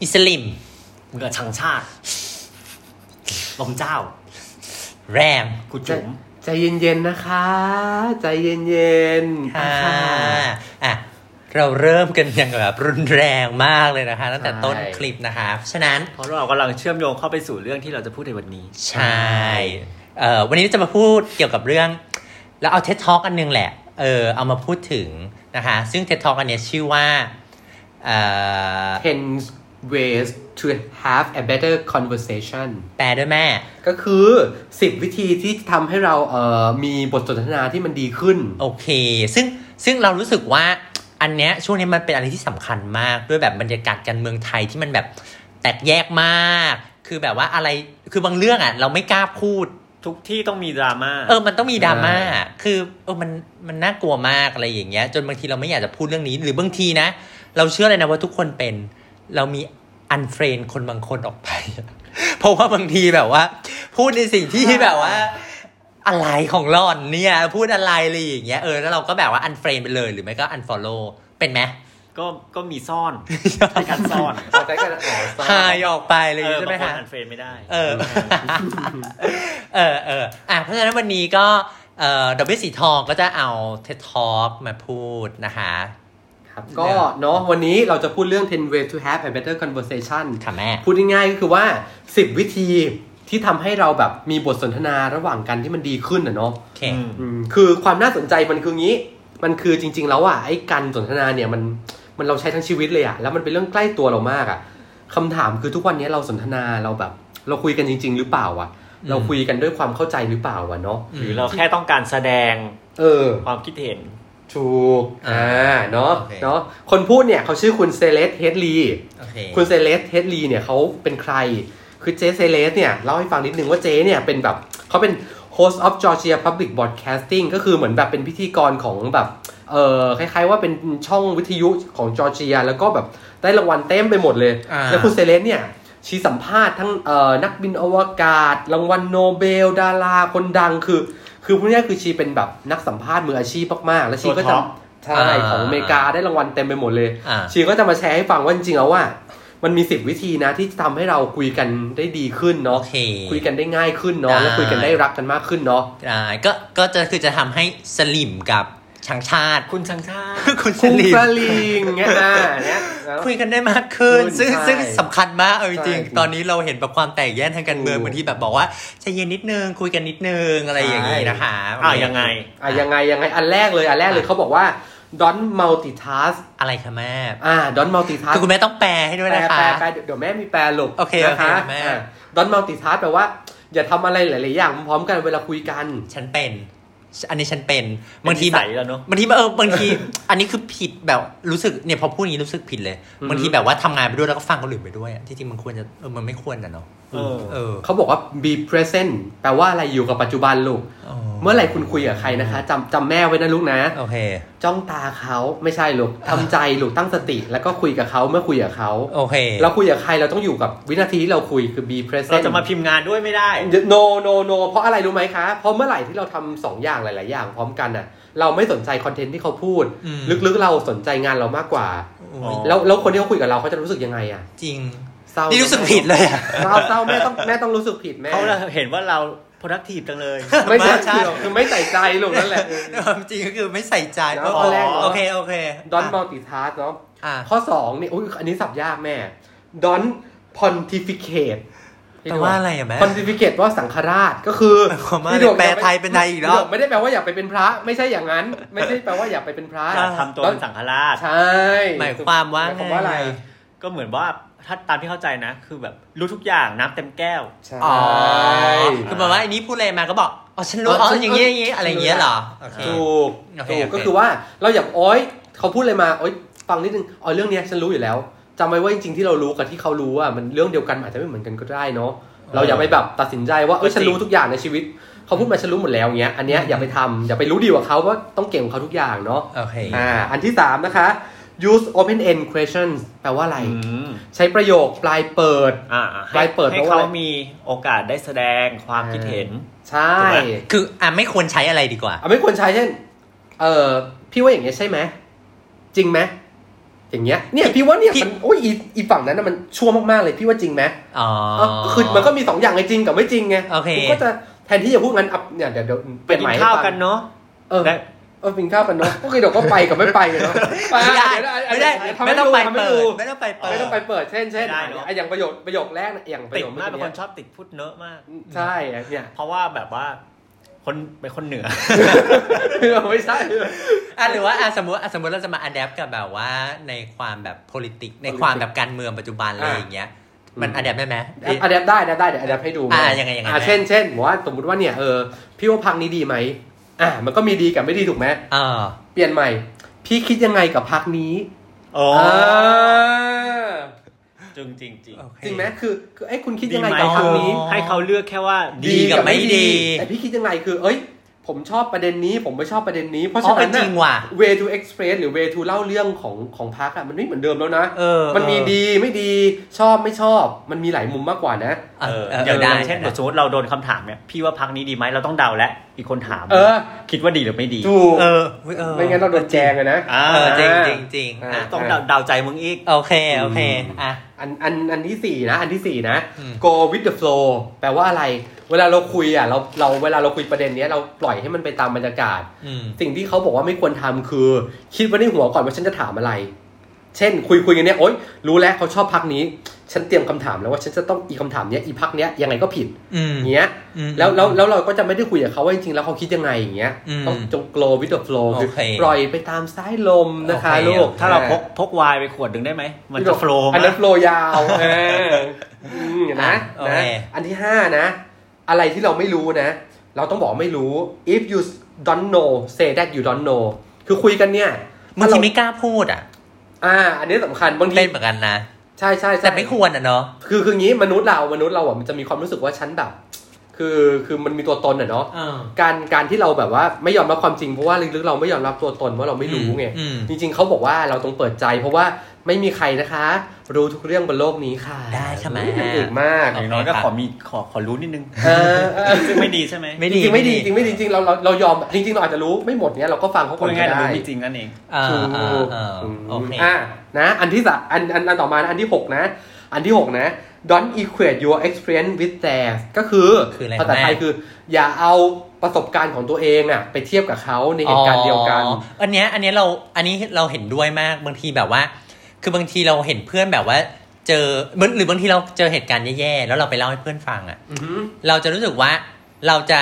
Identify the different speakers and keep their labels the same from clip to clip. Speaker 1: อิสลิม
Speaker 2: มึงกับชังชาติ ลมเจ้า
Speaker 1: แรม
Speaker 2: กูจุ๋ม
Speaker 3: ใจเย็นๆนะคะ ใจเย็นๆ
Speaker 1: ค่ะอ่ะ เราเริ่มกันอย่างแบบรุนแรงมากเลยนะคะ ตั้งแต่ต้นคลิปนะคะ ฉะนั้น
Speaker 2: เพราะเรากำลังเชื่อมโยงเข้าไปสู่เรื่องที่เราจะพูดในวันนี้
Speaker 1: ใช่เอ่อวันนี้จะมาพูดเกี่ยวกับเรื่อง แล้วเอาเท็ท็อกอันหนึงแหละ เออเอามาพูดถึงนะคะ ซึ่งเท็ท็อกอันเนี้ยชื่อว่าเอ่อ
Speaker 3: 10 ways to have a better conversation
Speaker 1: แปลด้วยแม่
Speaker 3: ก็คือ 10 วิธีที่ทำให้เราเอ่อมีบทสนทนาที่มันดีขึ้น
Speaker 1: โอเค ซึ่งซึ่งเรารู้สึกว่าอันเนี้ยช่วงนี้มันเป็นอะไรที่สำคัญมากด้วยแบบบรรยากาศการเมืองไทยที่มันแบบแตกแยกมาก คือแบบว่าอะไรคือบางเรื่องอ่ะ เราไม่กล้าพูด
Speaker 2: ทุกที่ต้องมีดราม่า
Speaker 1: เออ มันต้องมีดราม่า คือเออ มัน มันน่ากลัวมากอะไรอย่างเงี้ย จนบางทีเราไม่อยากจะพูดเรื่องนี้ หรือบางทีนะ เราเชื่อเลยนะว่าทุกคนเป็น เรามีอันเฟรนคนบางคนออกไป เพราะว่าบางทีแบบว่า พูดในสิ่งที่แบบว่า อะไรของหล่อนเนี่ย พูดอะไรอะไรอย่างเงี้ย เออ แล้วเราก็แบบว่าอันเฟรนไปเลย หรือไม่ก็อันฟอลโล่ เป็นไหม
Speaker 2: ก็ก็มีซ่ อนมีการซ่อน
Speaker 3: เอาไปกันอ๋อซ่อน
Speaker 1: หายออกไปเลย
Speaker 2: เออ
Speaker 1: ใช่
Speaker 2: บา
Speaker 1: ไหม
Speaker 2: งคน
Speaker 1: ฮะ
Speaker 2: อ่านเฟรนไม่ได้
Speaker 1: เออ เออ เออ อ่ะ เพราะฉะนั้นวันนี้ก็ เอ่อดอกเบี้ยสีทองก็จะเอาเท็ตทอ k มาพูดนะคะ
Speaker 3: ครับก็เนาะวันนี้เราจะพูดเรื่อง 10 ways to have a better conversation
Speaker 1: ค่ะแม่
Speaker 3: พูดง่ายๆก็คือว่า 10 วิธีที่ทำให้เราแบบมีบทสนทนาระหว่างกันที่มันดีขึ้นอ่ะเนาะ
Speaker 1: โอเค
Speaker 2: อืม
Speaker 3: อืมคือความน่าสนใจมันคืองี้ มันคือจริง ๆ แล้วอ่ะไอ้การสนทนาเนี่ยมันมันเราใช้ทั้งชีวิตเลยอ่ะแล้วมันเป็นเรื่องใกล้ตัวเรามากอ่ะคำถามคือทุกวันนี้เราสนทนาเราแบบ เราคุยกันจริง ๆ หรือเปล่าอ่ะ เราคุยกันด้วยความเข้าใจหรือเปล่าอ่ะเนาะ
Speaker 2: หรือเราแค่ต้องการแสดง
Speaker 3: เออ
Speaker 2: ความคิดเห็น
Speaker 3: ถูกอ่าเนาะ
Speaker 1: โอเค
Speaker 3: เนาะคนพูดเนี่ยเขาชื่อคุณเซเลสเฮดลี
Speaker 1: โอเค
Speaker 3: คุณเซเลสเทสลีเนี่ยเขาเป็นใคร คือเจเซเลสเนี่ยเล่าให้ฟังนิดนึงว่าเจเนี่ยเป็นแบบเขาเป็น host of Georgia Public Broadcasting ก็คือเหมือนแบบเป็นพิธีกรของแบบเออคล้ายๆว่าเป็นช่องวิทยุของจอร์เจีย แล้วก็แบบได้รางวัลเต็มไปหมดเลย
Speaker 1: อ่า
Speaker 3: แล้วคุณเซเลสเนี่ยชี้สัมภาษณ์ทั้งเอ่อนักบินอวกาศ รางวัลโนเบล ดาราคนดังคือ คือพวกนี้คือชีเป็นแบบนักสัมภาษณ์มืออาชีพมากๆ แล้วชีก็
Speaker 2: ตัวท็
Speaker 3: จะ
Speaker 2: อป
Speaker 3: ใช่ของอเมริกาได้รางวัลเต็มไปหมดเลย
Speaker 1: อ่า
Speaker 3: ชีก็จะมาแชร์ให้ฟังว่าจริงๆแล้วว่า มันมีสิบวิธีนะที่ทำให้เราคุยกันได้ดีขึ้น
Speaker 1: โอ
Speaker 3: เนาะ
Speaker 1: เค
Speaker 3: คุยกันได้ง่ายขึ้นเนาะ
Speaker 1: ได้
Speaker 3: แล้วคุยกันได้รักกันมากขึ้นเนาะ
Speaker 1: อ่าก็ ก็จะคือจะทำให้สลิมกับชังชาติ
Speaker 2: คุณชังชาติ
Speaker 1: คุณส
Speaker 3: คุง
Speaker 1: ลิม
Speaker 3: สลิงเงี้ย อ่าเนี่ยเนอะ
Speaker 1: คุยกันได้มากขึ้น
Speaker 3: ขึ้น
Speaker 1: ซึ่ง
Speaker 3: ใช่
Speaker 1: ซึ่งสำคัญมากเอาจ
Speaker 3: ใช่
Speaker 1: ริงๆตอนนี้เราเห็นแบบความแตกแยกทางการเมือง
Speaker 3: ถูก
Speaker 1: บางทีแบบบอกว่าใจเย็นนิดนึง คุยกันนิดนึงอะไรอย่างงี้นะคะ
Speaker 2: อ้าวยังไง
Speaker 3: อ่ะยังไงยังไงอันแรกเลยอันแรกเลยเขาบอกว่า don't multitask
Speaker 1: อะไรคะแม่
Speaker 3: อ่า don't multitask
Speaker 1: คือคุณแม่ต้องแปลให้ด้วย
Speaker 3: แปล
Speaker 1: นะคะ
Speaker 3: แปลแปลเดี๋ยวแม่มีแปลหลบ
Speaker 1: โอเคโอ
Speaker 3: นะ
Speaker 1: เค
Speaker 3: คะ
Speaker 1: แม่
Speaker 3: ดอนมัลติทัสแปลว่า อย่าทำอะไรหลาย ๆ อย่างพร้อมกันเวลาคุยกัน
Speaker 1: ฉันเป็น อันนี้ฉันเป็น
Speaker 2: บา
Speaker 1: บาง ง
Speaker 2: ที
Speaker 1: ที
Speaker 2: ใส
Speaker 1: แบบ
Speaker 2: ยแล้วเนาะ
Speaker 1: บางทีเออบางที อันนี้คือผิดแบบรู้สึกเนี่ยพอพูดอย่างนี้รู้สึกผิดเลย
Speaker 3: อืม
Speaker 1: บางทีแบบว่าทำงานไปด้วยแล้วก็ฟังคนอื่นไปด้วยอะที่จริงมันควรจะเออมันไม่ควรนะเนาะ
Speaker 2: เออ
Speaker 1: เออ
Speaker 3: เขาบอกว่า be present แปลว่าอะไรอยู่กับปัจจุบันลูก เมื่อไหร่คุณคุยกับใครนะคะจำจำแม่ไว้นะลูกนะ
Speaker 1: โอเค
Speaker 3: จ้องตาเขาไม่ใช่ ลูกทำใจลูกตั้งสติ แล้วก็คุยกับเขาเมื่อคุยกับเขา
Speaker 1: โอเค
Speaker 3: เราคุยกับใครเราต้องอยู่กับวินาทีที่เราคุยคือ be
Speaker 2: เรา
Speaker 3: present
Speaker 2: จะมาพิมพ์งานด้วยไม่ได้
Speaker 3: no no no เพราะอะไรรู้ไหมคะเพราะเมื่อไหร่ที่เราทำสองอย่างหลาย ๆ อย่างพร้อมกันน่ะ เราไม่สนใจคอนเทนต์ที่เขาพูด
Speaker 1: อืม
Speaker 3: ลึก ๆ เราสนใจงานเรามากกว่า
Speaker 1: โอ้ย
Speaker 2: อ๋อ
Speaker 3: แล้วแล้วคนที่เขาคุยกับเราเขาจะรู้สึกยังไงอ่ะ
Speaker 1: จริง
Speaker 3: เศร้า
Speaker 1: นี่
Speaker 3: นี่
Speaker 1: รู้สึกผิดเลยอะ
Speaker 3: เศร้าเศร้าแม่ต้องแม่ต้องรู้สึกผิดแม่
Speaker 2: เขาเห็นว่าเรา productive จังเลย
Speaker 3: ไม่ใช่
Speaker 1: มาใช่
Speaker 3: หรอกคือไม่ใส่ใจลูกนั่นแหละ
Speaker 1: ความจริงก็คือไม่ใส่ใจ
Speaker 3: แล้
Speaker 1: เพราะ
Speaker 3: วข้อแรกเหรอ
Speaker 1: โอเคโอเค
Speaker 3: don't multitask เนาะ
Speaker 1: อ่ะ
Speaker 3: ข้อสองนี่อุ้ยอันนี้สับยากแม่ don pontificate
Speaker 1: แต่ว่าอะไรอะแม่
Speaker 3: pontificate ว่าสังฆราชก็คือ
Speaker 1: ผมว่า
Speaker 3: พี่โด่ง
Speaker 1: แปล
Speaker 3: อา
Speaker 1: ไทยเป็นไทยอีกแล้ว
Speaker 3: พี่โด่งไม่ได้แปลว่าอยากไปเป็นพระ ไม่ใช่อย่างนั้น ไม่ได้แปลว่าอยากไปเป็นพระ
Speaker 2: อย่าทำตัวเป็นสังฆราช
Speaker 3: ใช่
Speaker 1: หมายความว่า
Speaker 3: หมายความว่าอะไร
Speaker 1: ไง
Speaker 2: ก็เหมือนว่าถ้าตามที่เข้าใจนะ คือแบบรู้ทุกอย่างน้ำเต็มแก้ว
Speaker 3: ใช่
Speaker 1: อ๋อคือแบบว่าอันนี้พูดอะไรมาก็บอกอ๋อฉันรู้อ๋ออย่างเงี้ยอย่างเงี้ยอะไรอย่างเงี้ยเหรอโอเค
Speaker 3: ถูก
Speaker 1: โอเคโอ
Speaker 3: ถูก
Speaker 1: เค
Speaker 3: ก็คือว่าเราอย่าโอ๊ยเขาพูดอะไรมาโอ๊ยฟังนิดนึงอ๋อเรื่องเนี้ยฉันรู้อยู่แล้วจำไว้ว่าจริงๆที่เรารู้กับที่เขารู้อ่ะมันเรื่องเดียวกันอาจจะไม่เหมือนกันก็ได้เนาะเราอย่าไปแบบตัดสินใจว่าเอ้ย
Speaker 2: ก็จริง
Speaker 3: ฉันรู้ทุกอย่างในชีวิตเขาพูดมาฉันรู้หมดแล้วเงี้ยอันเนี้ยอย่าไปทำอย่าไปรู้ดีกว่าเขาว่าต้องเก่งกว่าเขาทุกอย่างเนาะ
Speaker 1: โอเค
Speaker 3: อ่าอันที่สามนะคะ use open end questions แปลว่าอะไร ใช้ประโยคปลายเปิด
Speaker 2: อ่า
Speaker 3: ไป
Speaker 2: ให้
Speaker 3: เปิด
Speaker 2: ให้
Speaker 3: เพราะว่า
Speaker 2: เขา
Speaker 3: อะไร
Speaker 2: มีโอกาสได้แสดงความคิดเห็น
Speaker 3: ใช่
Speaker 2: ถูกไหม
Speaker 1: คืออ่ะไม่ควรใช้อะไรดีกว่า
Speaker 3: อ่ะไม่ควรใช้เช่นเออพี่ว่าอย่างเงี้ยใช่ไหมจริงไหม อย่างเงี้ยเนี่ยพี่ว่าเนี่ย
Speaker 1: พี่
Speaker 3: มันโอ้ยอีอีฝั่งนั้นนะมันชั่วมากๆเลยพี่ว่าจริงไหม
Speaker 1: อ๋อ
Speaker 3: เอ้าก็คือมันก็มีสองอย่างไงจริงกับไม่จริงไง
Speaker 1: โอเค
Speaker 3: กูก็จะแทนที่จะพูดงั้นอัพเนี่ยเดี๋ยวเดี๋ยว
Speaker 2: ไปกินข้าวกันเนาะ
Speaker 3: เออ
Speaker 2: และ
Speaker 3: เออกินข้าวกันเนาะก็คือเดี๋ยวก็ไปกับไม่ไปเนาะ
Speaker 1: ไม่ได้
Speaker 3: ป
Speaker 1: ไม่ได้
Speaker 3: เยวทำให้
Speaker 1: ไม่ต้องไป
Speaker 3: ทำให้
Speaker 1: เปิดไม่ต้องไปเปิด
Speaker 3: ไม่ต้องไปเปิดเช่นเช่นอ่ะอ่ะอย่างประโยคประโยคแรกนะอย่างประ
Speaker 2: ติด
Speaker 3: โยค
Speaker 2: มาก
Speaker 3: เมื่อ
Speaker 2: เป็นค
Speaker 3: กี้
Speaker 2: นชอบติดพูดเนอะมาก
Speaker 3: ใช่อ่ะเนี่ย
Speaker 2: เพราะว่าแบบว่า คนเป็นคนเหนือ
Speaker 3: ไม่ใช่
Speaker 1: อ่ะหรือว่าอ่ะสมมติอ่ะสมมติเราจะมาอัดแอปกับแบบว่าในความแบบ p o l i t i c ในความแบบการเมืองปัจจุบันอะไร
Speaker 3: อ่ะ
Speaker 1: อย่างเงี้ย มัน
Speaker 3: อืม
Speaker 1: อัดแอปได้ไหม
Speaker 3: อัดแอปได้นะได้เดี๋ยวอัดแอปให้ดู
Speaker 1: อ่ายังไงยังไง
Speaker 3: อ่าเช่นเช่นบอกว่าสมมติว่าเนี่ยเออพี่ว่าพักนี้ดีไหมอ่ามันก็มีดีกับไม่ดีถูกไหม
Speaker 1: เออ
Speaker 3: เปลี่ยนใหม่ พี่คิดยังไงกับพักนี้
Speaker 2: โอ้
Speaker 3: เออ
Speaker 2: จริงจริงจริง
Speaker 1: โอเค
Speaker 3: จริงไหมคือคือไอ้ยคุณคิดยังไงกับ
Speaker 2: ดีไหม
Speaker 3: พักนี้
Speaker 1: อ๋อ
Speaker 2: ให้เขาเลือกแค่ว่า
Speaker 1: ดีกับไม่ดี
Speaker 3: แต่พี่คิดยังไงคือ เอ้ย ผมชอบประเด็นนี้ ผมไม่ชอบประเด็นนี้ เพ
Speaker 1: อ๋
Speaker 3: ราะ
Speaker 1: อ
Speaker 3: ฉะ
Speaker 1: เป็
Speaker 3: นั้น น
Speaker 1: จริ
Speaker 3: น่ะ
Speaker 1: งว่ะ
Speaker 3: way to express หรือ way to เล่าเรื่องของของพักอะมันไม่เหมือนเดิมแล้วนะ
Speaker 1: เออ
Speaker 3: มันมีดีไม่ดีชอบไม่ชอบ มันมีหลายมุมมากกว่านะ
Speaker 1: เออเอ
Speaker 2: เอ
Speaker 1: อเอ
Speaker 2: ออ
Speaker 1: อย่าง ได้
Speaker 2: เช่น
Speaker 1: ได้
Speaker 2: สมมติเราโดนคำถามเนี่ยพี่ว่าพักนี้ดีไหมเราต้องเดาแล้วอีกคนถาม
Speaker 3: เออ
Speaker 2: คิดว่าดีหรือไม่ดี
Speaker 3: ถูก
Speaker 1: เอออุ๊ยเออ
Speaker 3: ไม่งั้นเราโดนแจงอะนะ
Speaker 2: อ่า
Speaker 1: เออจริงจริงจริง
Speaker 3: อ่ะ
Speaker 1: อ่ะ
Speaker 2: ต้องเดาเดาใจมึงอีก
Speaker 1: โอเคโอเคอ่ะ
Speaker 3: อันอันอันที่สี่นะ อันที่สี่นะ
Speaker 1: อืม
Speaker 3: go with the flow แปลว่าอะไร เวลาเราคุยอ่ะ เราเราเวลาเราคุยประเด็นเนี้ยเราปล่อยให้มันไปตามบรรยากาศ
Speaker 1: อืม
Speaker 3: สิ่งที่เขาบอกว่าไม่ควรทำคือ คิดไว้ในหัวก่อนว่าฉันจะถามอะไร เช่น คุยคุยกันเนี้ยโอ๊ยรู้แล้วเขาชอบพักนี้ ฉันเตรียมคำถามแล้วว่าฉันจะต้องอีคำถามเนี้ยอีพักเนี้ยยังไงก็ผิด
Speaker 1: อืม
Speaker 3: เงี้ย
Speaker 1: อืม
Speaker 3: แล้วแล้วแล้วเราก็จะไม่ได้คุยกับเขาว่าจริงๆ แล้วเขาคิดยังไงอย่างเงี้ย
Speaker 1: อืม
Speaker 3: ต้องจง glow with the flow คือ
Speaker 1: โอเค
Speaker 3: ปล่อยไปตามสายลมนะคะ
Speaker 1: โอเค
Speaker 3: ลูก
Speaker 2: ถ้าเราพกพกไวน์ไปขวดหนึ่งได้ไหม มันจะโฟล์
Speaker 3: อัน
Speaker 2: มา
Speaker 3: นั้
Speaker 2: ก
Speaker 3: น flow ยาวเอออืมเห็นไหม
Speaker 1: อ่ะโอ
Speaker 3: นะ
Speaker 1: เค
Speaker 3: อันที่ห้านะ อะไรที่เราไม่รู้นะ เราต้องบอกไม่รู้ if you don't know say that you don't know คือคุยกันเนี่ย
Speaker 1: บาง
Speaker 3: ถ้
Speaker 1: ที
Speaker 3: เร
Speaker 1: ไม่กล้าพูดอ่ะ
Speaker 3: อ่า อันนี้สำคัญบางที
Speaker 1: เป็นเหมือนกันนะ
Speaker 3: ใช่ใช่ใช่
Speaker 1: แต่ไม่ควรอ่ะเนาะ
Speaker 3: คือคืองี้มนุษย์เรามนุษย์เราอ่ะมันจะมีความรู้สึกว่าฉันแบบ คือคือมันมีตัวตนอ่ะเนาะ
Speaker 1: อ่า
Speaker 3: การการที่เราแบบว่าไม่ยอมรับความจริงเพราะว่าลึกๆเราไม่ยอมรับตัวตนว่าเราไม่รู้ไง
Speaker 1: อืมอืม
Speaker 3: จริง ๆเขาบอกว่าเราต้องเปิดใจ เพราะว่าไม่มีใครนะคะ รู้ทุกเรื่องบนโลกนี้ค่ะ
Speaker 1: ได้ใช่ไหม
Speaker 3: นางเอกมาก
Speaker 2: อย่างน้อยก็ขอมีขอขอรู้นิด นึง
Speaker 3: เออเออ
Speaker 2: ซึ่งไม่ดีใช่ไหม
Speaker 1: ไม่
Speaker 3: จ
Speaker 1: ดี
Speaker 3: ริงๆไม่ดีจริงๆไม่ดีจริงๆเราเราเรายอมจริงๆเราอาจจะรู้ไม่หมดเนี้ยเราก็ฟังเขา
Speaker 2: พู
Speaker 3: ก่
Speaker 2: ด
Speaker 3: อน
Speaker 2: ง่ายๆ
Speaker 3: ก็
Speaker 2: แต่
Speaker 3: ได้
Speaker 2: รู้ไม่จริงนั่นเอง
Speaker 1: อ่า
Speaker 3: ถูก
Speaker 1: อ่าอ่าโอเค
Speaker 3: อ่ะนะ อันที่สามอันอันอันต่อมานะอันที่หกนะ อันที่หกนะ don't equate your experience with theirs ก็คือ
Speaker 1: คืออะไร
Speaker 3: ภาษาไทยคืออย่าเอาประสบการณ์ของตัวเองอะไปเทียบกับเขาในเหตุการณ์เดียวกัน
Speaker 1: อ๋ออันเนี้ยอันเนี้ยเราอันนี้เราเห็นด้วยมากบางทีแบบว่า คือบางทีเราเห็นเพื่อนแบบว่า เจอเหมือนหรือบางทีเราเจอเหตุการณ์แย่ๆแล้วเราไปเล่าให้เพื่อนฟังอ่ะ
Speaker 3: อือหือ
Speaker 1: เราจะรู้สึกว่าเราจะ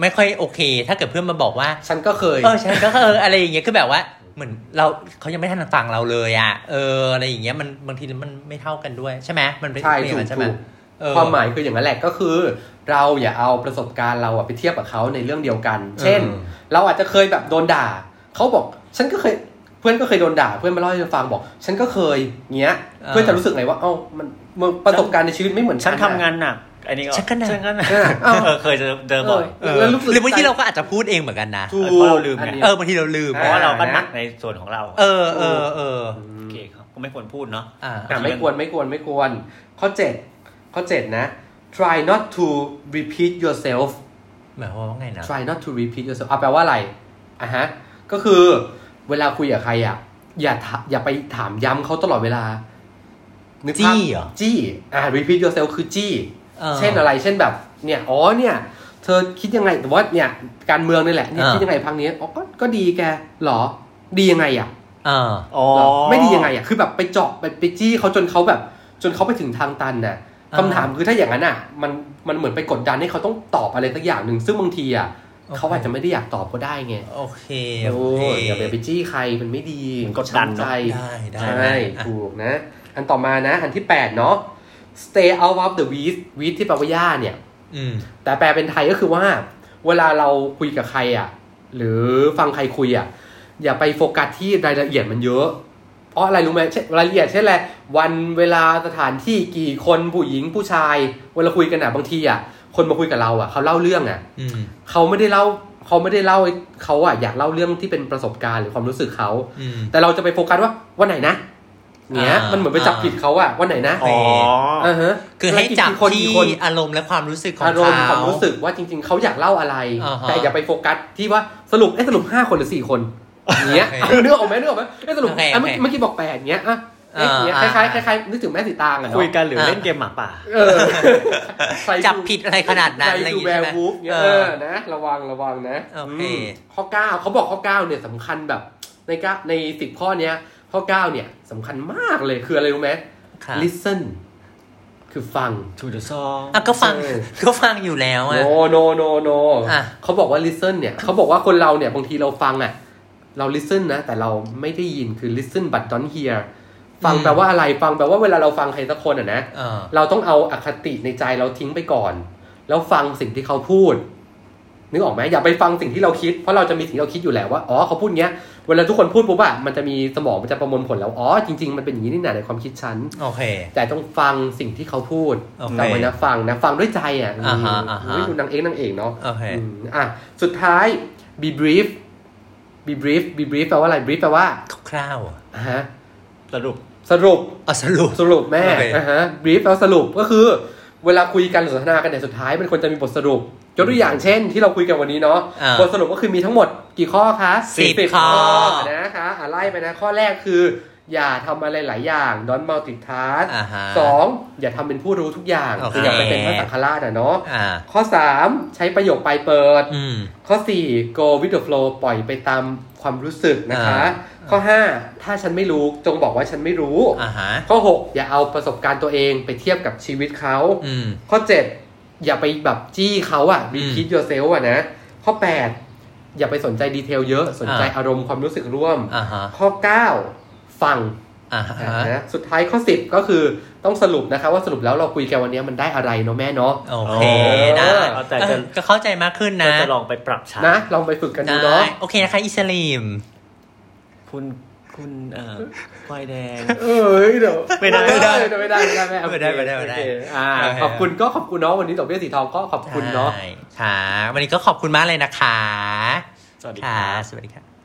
Speaker 1: ไม่ค่อยโอเค ถ้าเกิดเพื่อนมาบอกว่า
Speaker 3: ฉันก็เคย
Speaker 1: เออใช่ก็เอออะไรอย่างเงี้ยคือแบบว่า เหมือนเราเขายังไม่ทันฟังเราเลยอ่ะเอออะไรอย่างเงี้ยมันบางทีมันไม่เท่ากันด้วยใช่ไหมมันเป็น
Speaker 3: ใช่
Speaker 1: เป็นอย่างนั้นใช่ไหม
Speaker 3: ถูก
Speaker 1: เออ
Speaker 3: ความหมายคืออย่างนั้นแหละก็คือ เราอย่าเอาประสบการณ์เราอะไปเทียบกับเขาในเรื่องเดียวกัน เช่น
Speaker 1: เออ
Speaker 3: เราอาจจะเคยแบบโดนด่าเขาบอก ฉันก็เคยเพื่อนก็เคยโดนด่า เพื่อนมาเล่าให้เราฟังบอก ฉันก็เคยเงี้ย เพื่อนจะรู้สึกไงว่าเอ้ามันมันประสบการณ์ในชีวิตไม่เหมือน
Speaker 2: ฉันทำ
Speaker 3: อะ
Speaker 2: งานหนักอันนี้ก็
Speaker 1: ฉันก็หนัก
Speaker 2: ฉันก็หนัก
Speaker 3: เออเอ้า
Speaker 2: เออเคยเจอเจอบ่อย
Speaker 1: เออ
Speaker 3: แล้วรู้สึก
Speaker 1: หรือบางทีเราก็อาจจะพูดเองเหมือนกันนะ
Speaker 3: ถูก
Speaker 2: เพราะเราลืมไง
Speaker 3: อันนี้
Speaker 1: เออบางทีเราลืม
Speaker 2: เพราะ
Speaker 1: อะ
Speaker 2: ว่าเราก็
Speaker 3: นะ
Speaker 2: หนักในส่วนของเรา
Speaker 1: เออเออเออ
Speaker 2: โอเคครับก็ไม่ควรพูดเนาะ
Speaker 1: อ่า
Speaker 3: อ่ะไม่ควรไม่ควรไม่ควร ข้อเจ็ดข้อเจ็ดนะ try not to repeat yourself
Speaker 1: หมายความว่าไงนะ
Speaker 3: try not to repeat yourself อ่ะแปลว่าอะไรอ่ะฮะ ก็คือเวลาคุยกับใครอ่ะ อย่าถาอย่าไปถามย้ำเขาตลอดเวลา นึกภาพ
Speaker 1: จี้เหรอ
Speaker 3: จี้ อ่ะ repeat yourself คือจี้
Speaker 1: ออ
Speaker 3: เช่นอะไรเช่นแบบเนี่ยอ๋อเนี่ย เธอคิดยังไงแต่ว่าเนี่ย การเมืองนี่แหละเนี่ย
Speaker 1: อ่า
Speaker 3: คิดยังไงพังนี้อ๋อก็ก็ดีแกเหรอ ดียังไงอ่ะ
Speaker 1: เออ
Speaker 2: อ๋อ
Speaker 3: เหรอไม่ดียังไงอ่ะ คือแบบไปเจาะไปไปจี้เขาจนเขาแบบ จนเขาไปถึงทางตันน่ะ
Speaker 1: อ่า
Speaker 3: คำถามคือถ้าอย่างนั้นอ่ะ มันมันเหมือนไปกดดันให้เขาต้องตอบอะไรสักอย่างหนึ่ง ซึ่งบางทีอ่ะ
Speaker 1: โอเค
Speaker 3: เขาอาจจะไม่ได้อยากตอบก็ได้ไง
Speaker 1: โอเคโอ
Speaker 3: โอ้
Speaker 1: เค
Speaker 3: อย่าไปไปจี้ใครมันไม่ดี
Speaker 2: มันกดดัน
Speaker 3: ใจ
Speaker 2: เนาะ
Speaker 1: ได้ได้
Speaker 3: ใช่
Speaker 1: อ่ะ
Speaker 3: ถูกนะ อันต่อมานะ อันที่ 8 เนาะ stay out of the weeds weeds ที่แปลว่าหญ้าเนี่ย
Speaker 1: อืม
Speaker 3: แต่แปลเป็นไทยก็คือว่า เวลาเราคุยกับใครอ่ะ หรือฟังใครคุยอ่ะ อย่าไปโฟกัสที่รายละเอียดมันเยอะเพราะอะไรรู้ไหมเช่นรายละเอียดเช่นอะไรวันเวลาสถานที่กี่คนผู้หญิงผู้ชาย เวลาคุยกันอ่ะบางทีอ่ะ คนมาคุยกับเราอ่ะเขาเล่าเรื่องอ่ะ
Speaker 1: อืม
Speaker 3: เขาไม่ได้เล่าเขาไม่ได้เล่าเขาอ่ะอยากเล่าเรื่องที่เป็นประสบการณ์หรือความรู้สึกเขา
Speaker 1: อืม
Speaker 3: แต่เราจะไปโฟกัสว่าวันไหนนะเนี้ย
Speaker 1: อ่ามั
Speaker 3: มันเหมือนไปจับผิดเขาอ่ะวันไหนนะ
Speaker 2: อ๋อ
Speaker 3: อ่าฮะ
Speaker 1: คือให้จับ
Speaker 3: กี่คน
Speaker 1: ที่
Speaker 3: กี่คน
Speaker 1: อารมณ์และความรู้สึกของ
Speaker 3: อาร
Speaker 1: เขา
Speaker 3: มณ์ความรู้สึกว่าจริงๆ เขาอยากเล่าอะไร
Speaker 1: อ่าฮะ
Speaker 3: แต่อย่าไปโฟกัสที่ว่าสรุปไอ้ยสรุปห้าคนหรือสี่คน อย่างเงี้ย
Speaker 1: โอเค
Speaker 3: นึกออกไหมนึกออกไหมเอ้ยสรุป
Speaker 1: โอเค
Speaker 3: อ่ะเมื่อ
Speaker 1: โอเค
Speaker 3: กี้เมื่อกี้บอกแปดอย่างเงี้ยอ่ะเอ๊ะอย่างเงี้ยค
Speaker 1: อ่า
Speaker 3: ล้ายๆคล้ายๆนึกถึงแม่สีตางอะเนาะ
Speaker 2: คุยกันหรือเล่นเกมหมาป่า
Speaker 3: เออใคร
Speaker 1: จับผิดอะไรขนาดนั้น
Speaker 3: ใค
Speaker 1: อะไร
Speaker 3: ร
Speaker 1: อ
Speaker 3: ดู
Speaker 1: ย่าง
Speaker 3: แว
Speaker 1: เงี้ยใช่
Speaker 3: ร์
Speaker 1: ไหม
Speaker 3: วูฟเนี่ย
Speaker 1: เอ
Speaker 3: เอ
Speaker 1: อ
Speaker 3: อนะระวังระวังนะ
Speaker 1: โอเค
Speaker 3: มข้อเก้าเขาบอกข้อเก้าเนี่ยสำคัญแบบในเก้าในสิบข้อเนี้ยข้อเก้าเนี่ยสำคัญมากเลยคืออะไรรู้ไหม
Speaker 1: ค่ะ
Speaker 3: listen คือฟัง
Speaker 2: To the song
Speaker 1: อ่ะก็ฟัง
Speaker 3: เออ
Speaker 1: ก็ฟังอยู่แล้วอ่ะ
Speaker 3: โนโนโนโน
Speaker 1: อ่ะ
Speaker 3: เขาบอกว่า listen เนี่ยเขาบอกว่าคนเราเนี่ยบางทีเราฟังอ่ะ เรา listen นะ แต่เราไม่ได้ยินคือ listen but don't hear ฟังแปลว่าอะไรฟังแปลว่าเวลาเราฟังใครสักคนอ่ะนะ
Speaker 1: เออ
Speaker 3: เราต้องเอาอคติในใจเราทิ้งไปก่อน แล้วฟังสิ่งที่เขาพูด นึกออกไหมอย่าไปฟังสิ่งที่เราคิด เพราะเราจะมีสิ่งที่เราคิดอยู่แล้วว่าอ๋อเขาพูดเงี้ยเวลาทุกคนพูดปุ๊บอะมันจะมีสมองมันจะประมวลผลแล้วอ๋อจริงๆมันเป็นอย่างนี้นี่นาในความคิดฉัน
Speaker 1: โอเค
Speaker 3: แต่ต้องฟังสิ่งที่เขาพูด
Speaker 1: โอเค
Speaker 3: จำไว้นะฟังนะ ฟังด้วยใจอ่ะ
Speaker 1: อ่าฮะอ่าฮะ
Speaker 3: ไม่ดูนางเอกนางเอกเนาะ
Speaker 1: โอเค
Speaker 3: อืมอ่ะสุดท้าย be brief be brief be brief แปลว่าอะไร brief แปลว่า
Speaker 1: คร่าวๆอ่ะ
Speaker 3: อ่ะฮะ
Speaker 2: สรุป
Speaker 3: สรุป
Speaker 1: อ๋อสรุป
Speaker 3: สรุปแม่
Speaker 1: โอเค
Speaker 3: นะฮะ brief แล้วสรุปก็คือ เวลาคุยกันหรือสนทนากันเนี่ยสุดท้ายมันควรจะมีบทสรุปยกตัวอย่างเช่น ที่เราคุยกันวันนี้เนาะ
Speaker 1: อ่า
Speaker 3: บทสรุปก็คือมีทั้งหมดกี่ข้อคะ
Speaker 1: สิบข้อ
Speaker 3: นะคะอ่ะไล่ไปนะข้อแรกคือ อย่าทำอะไรหลายอย่าง don't multitask
Speaker 1: อ่าฮะ
Speaker 3: สองอย่าทำเป็นผู้รู้ทุกอย่าง
Speaker 1: โอเค
Speaker 3: คืออย่าไปเป็นพระสังฆราชอ่ะเนาะ
Speaker 1: อ่า
Speaker 3: ข้อสามใช้ประโยคปลายเปิด
Speaker 1: อืม
Speaker 3: ข้อสี่ go with the flow ปล่อยไปตามความรู้สึกนะคะ
Speaker 1: อ่า
Speaker 3: ข้อห้าถ้าฉันไม่รู้จงบอกว่าฉันไม่รู้
Speaker 1: อ่าฮะ
Speaker 3: ข้อ 6 อย่าเอาประสบการณ์ตัวเองไปเทียบกับชีวิตเขา
Speaker 1: อืม
Speaker 3: ข้อ 7 อย่าไปแบบจี้เขาอะ repeat yourself อะนะ ข้อ 8 อย่าไปสนใจดีเทลเยอะสนใจ
Speaker 1: อ่า
Speaker 3: อารมณ์ความรู้สึกร่วม
Speaker 1: อ่าฮะ
Speaker 3: ข้อ 9 ฟัง
Speaker 1: อ่าฮะ
Speaker 3: นะสุดท้ายข้อ 10 ก็คือต้องสรุปนะคะ ว่าสรุปแล้วเราคุยกันวันนี้มันได้อะไรเนาะแม่เนาะ
Speaker 1: โอเค
Speaker 3: เอ
Speaker 1: ได้
Speaker 3: อ
Speaker 2: เข้าใจ
Speaker 1: เออ
Speaker 2: จะ
Speaker 1: ก็เข้าใจมากขึ้นนะ
Speaker 2: จะลองไปปรับใช้
Speaker 3: นะลองไปฝึกกันดู
Speaker 1: ได้
Speaker 3: เนาะ
Speaker 1: โอเคนะคะอิสลีม
Speaker 2: คุณคุณเอ่อ ควายแดง
Speaker 3: เอ้ยเดี๋ยว
Speaker 2: ไม่ได้
Speaker 3: ไม่ได้ไม่ได้ไม่ได้แม่
Speaker 1: ไม่ได้ไม่ได้ไม่ได้
Speaker 3: โอเคอ่า
Speaker 1: โอเค
Speaker 3: ขอบคุณก็ขอบคุณเนาะวันนี้ดอกเบี้ยสีทองก็ขอบคุณเนาะ
Speaker 1: ใช่ค่ะ วันนี้ก็ขอบคุณมากเลยนะคะ
Speaker 2: สวัสดีค
Speaker 1: ค่ะ
Speaker 2: รับ
Speaker 1: สวัสดีค่ะ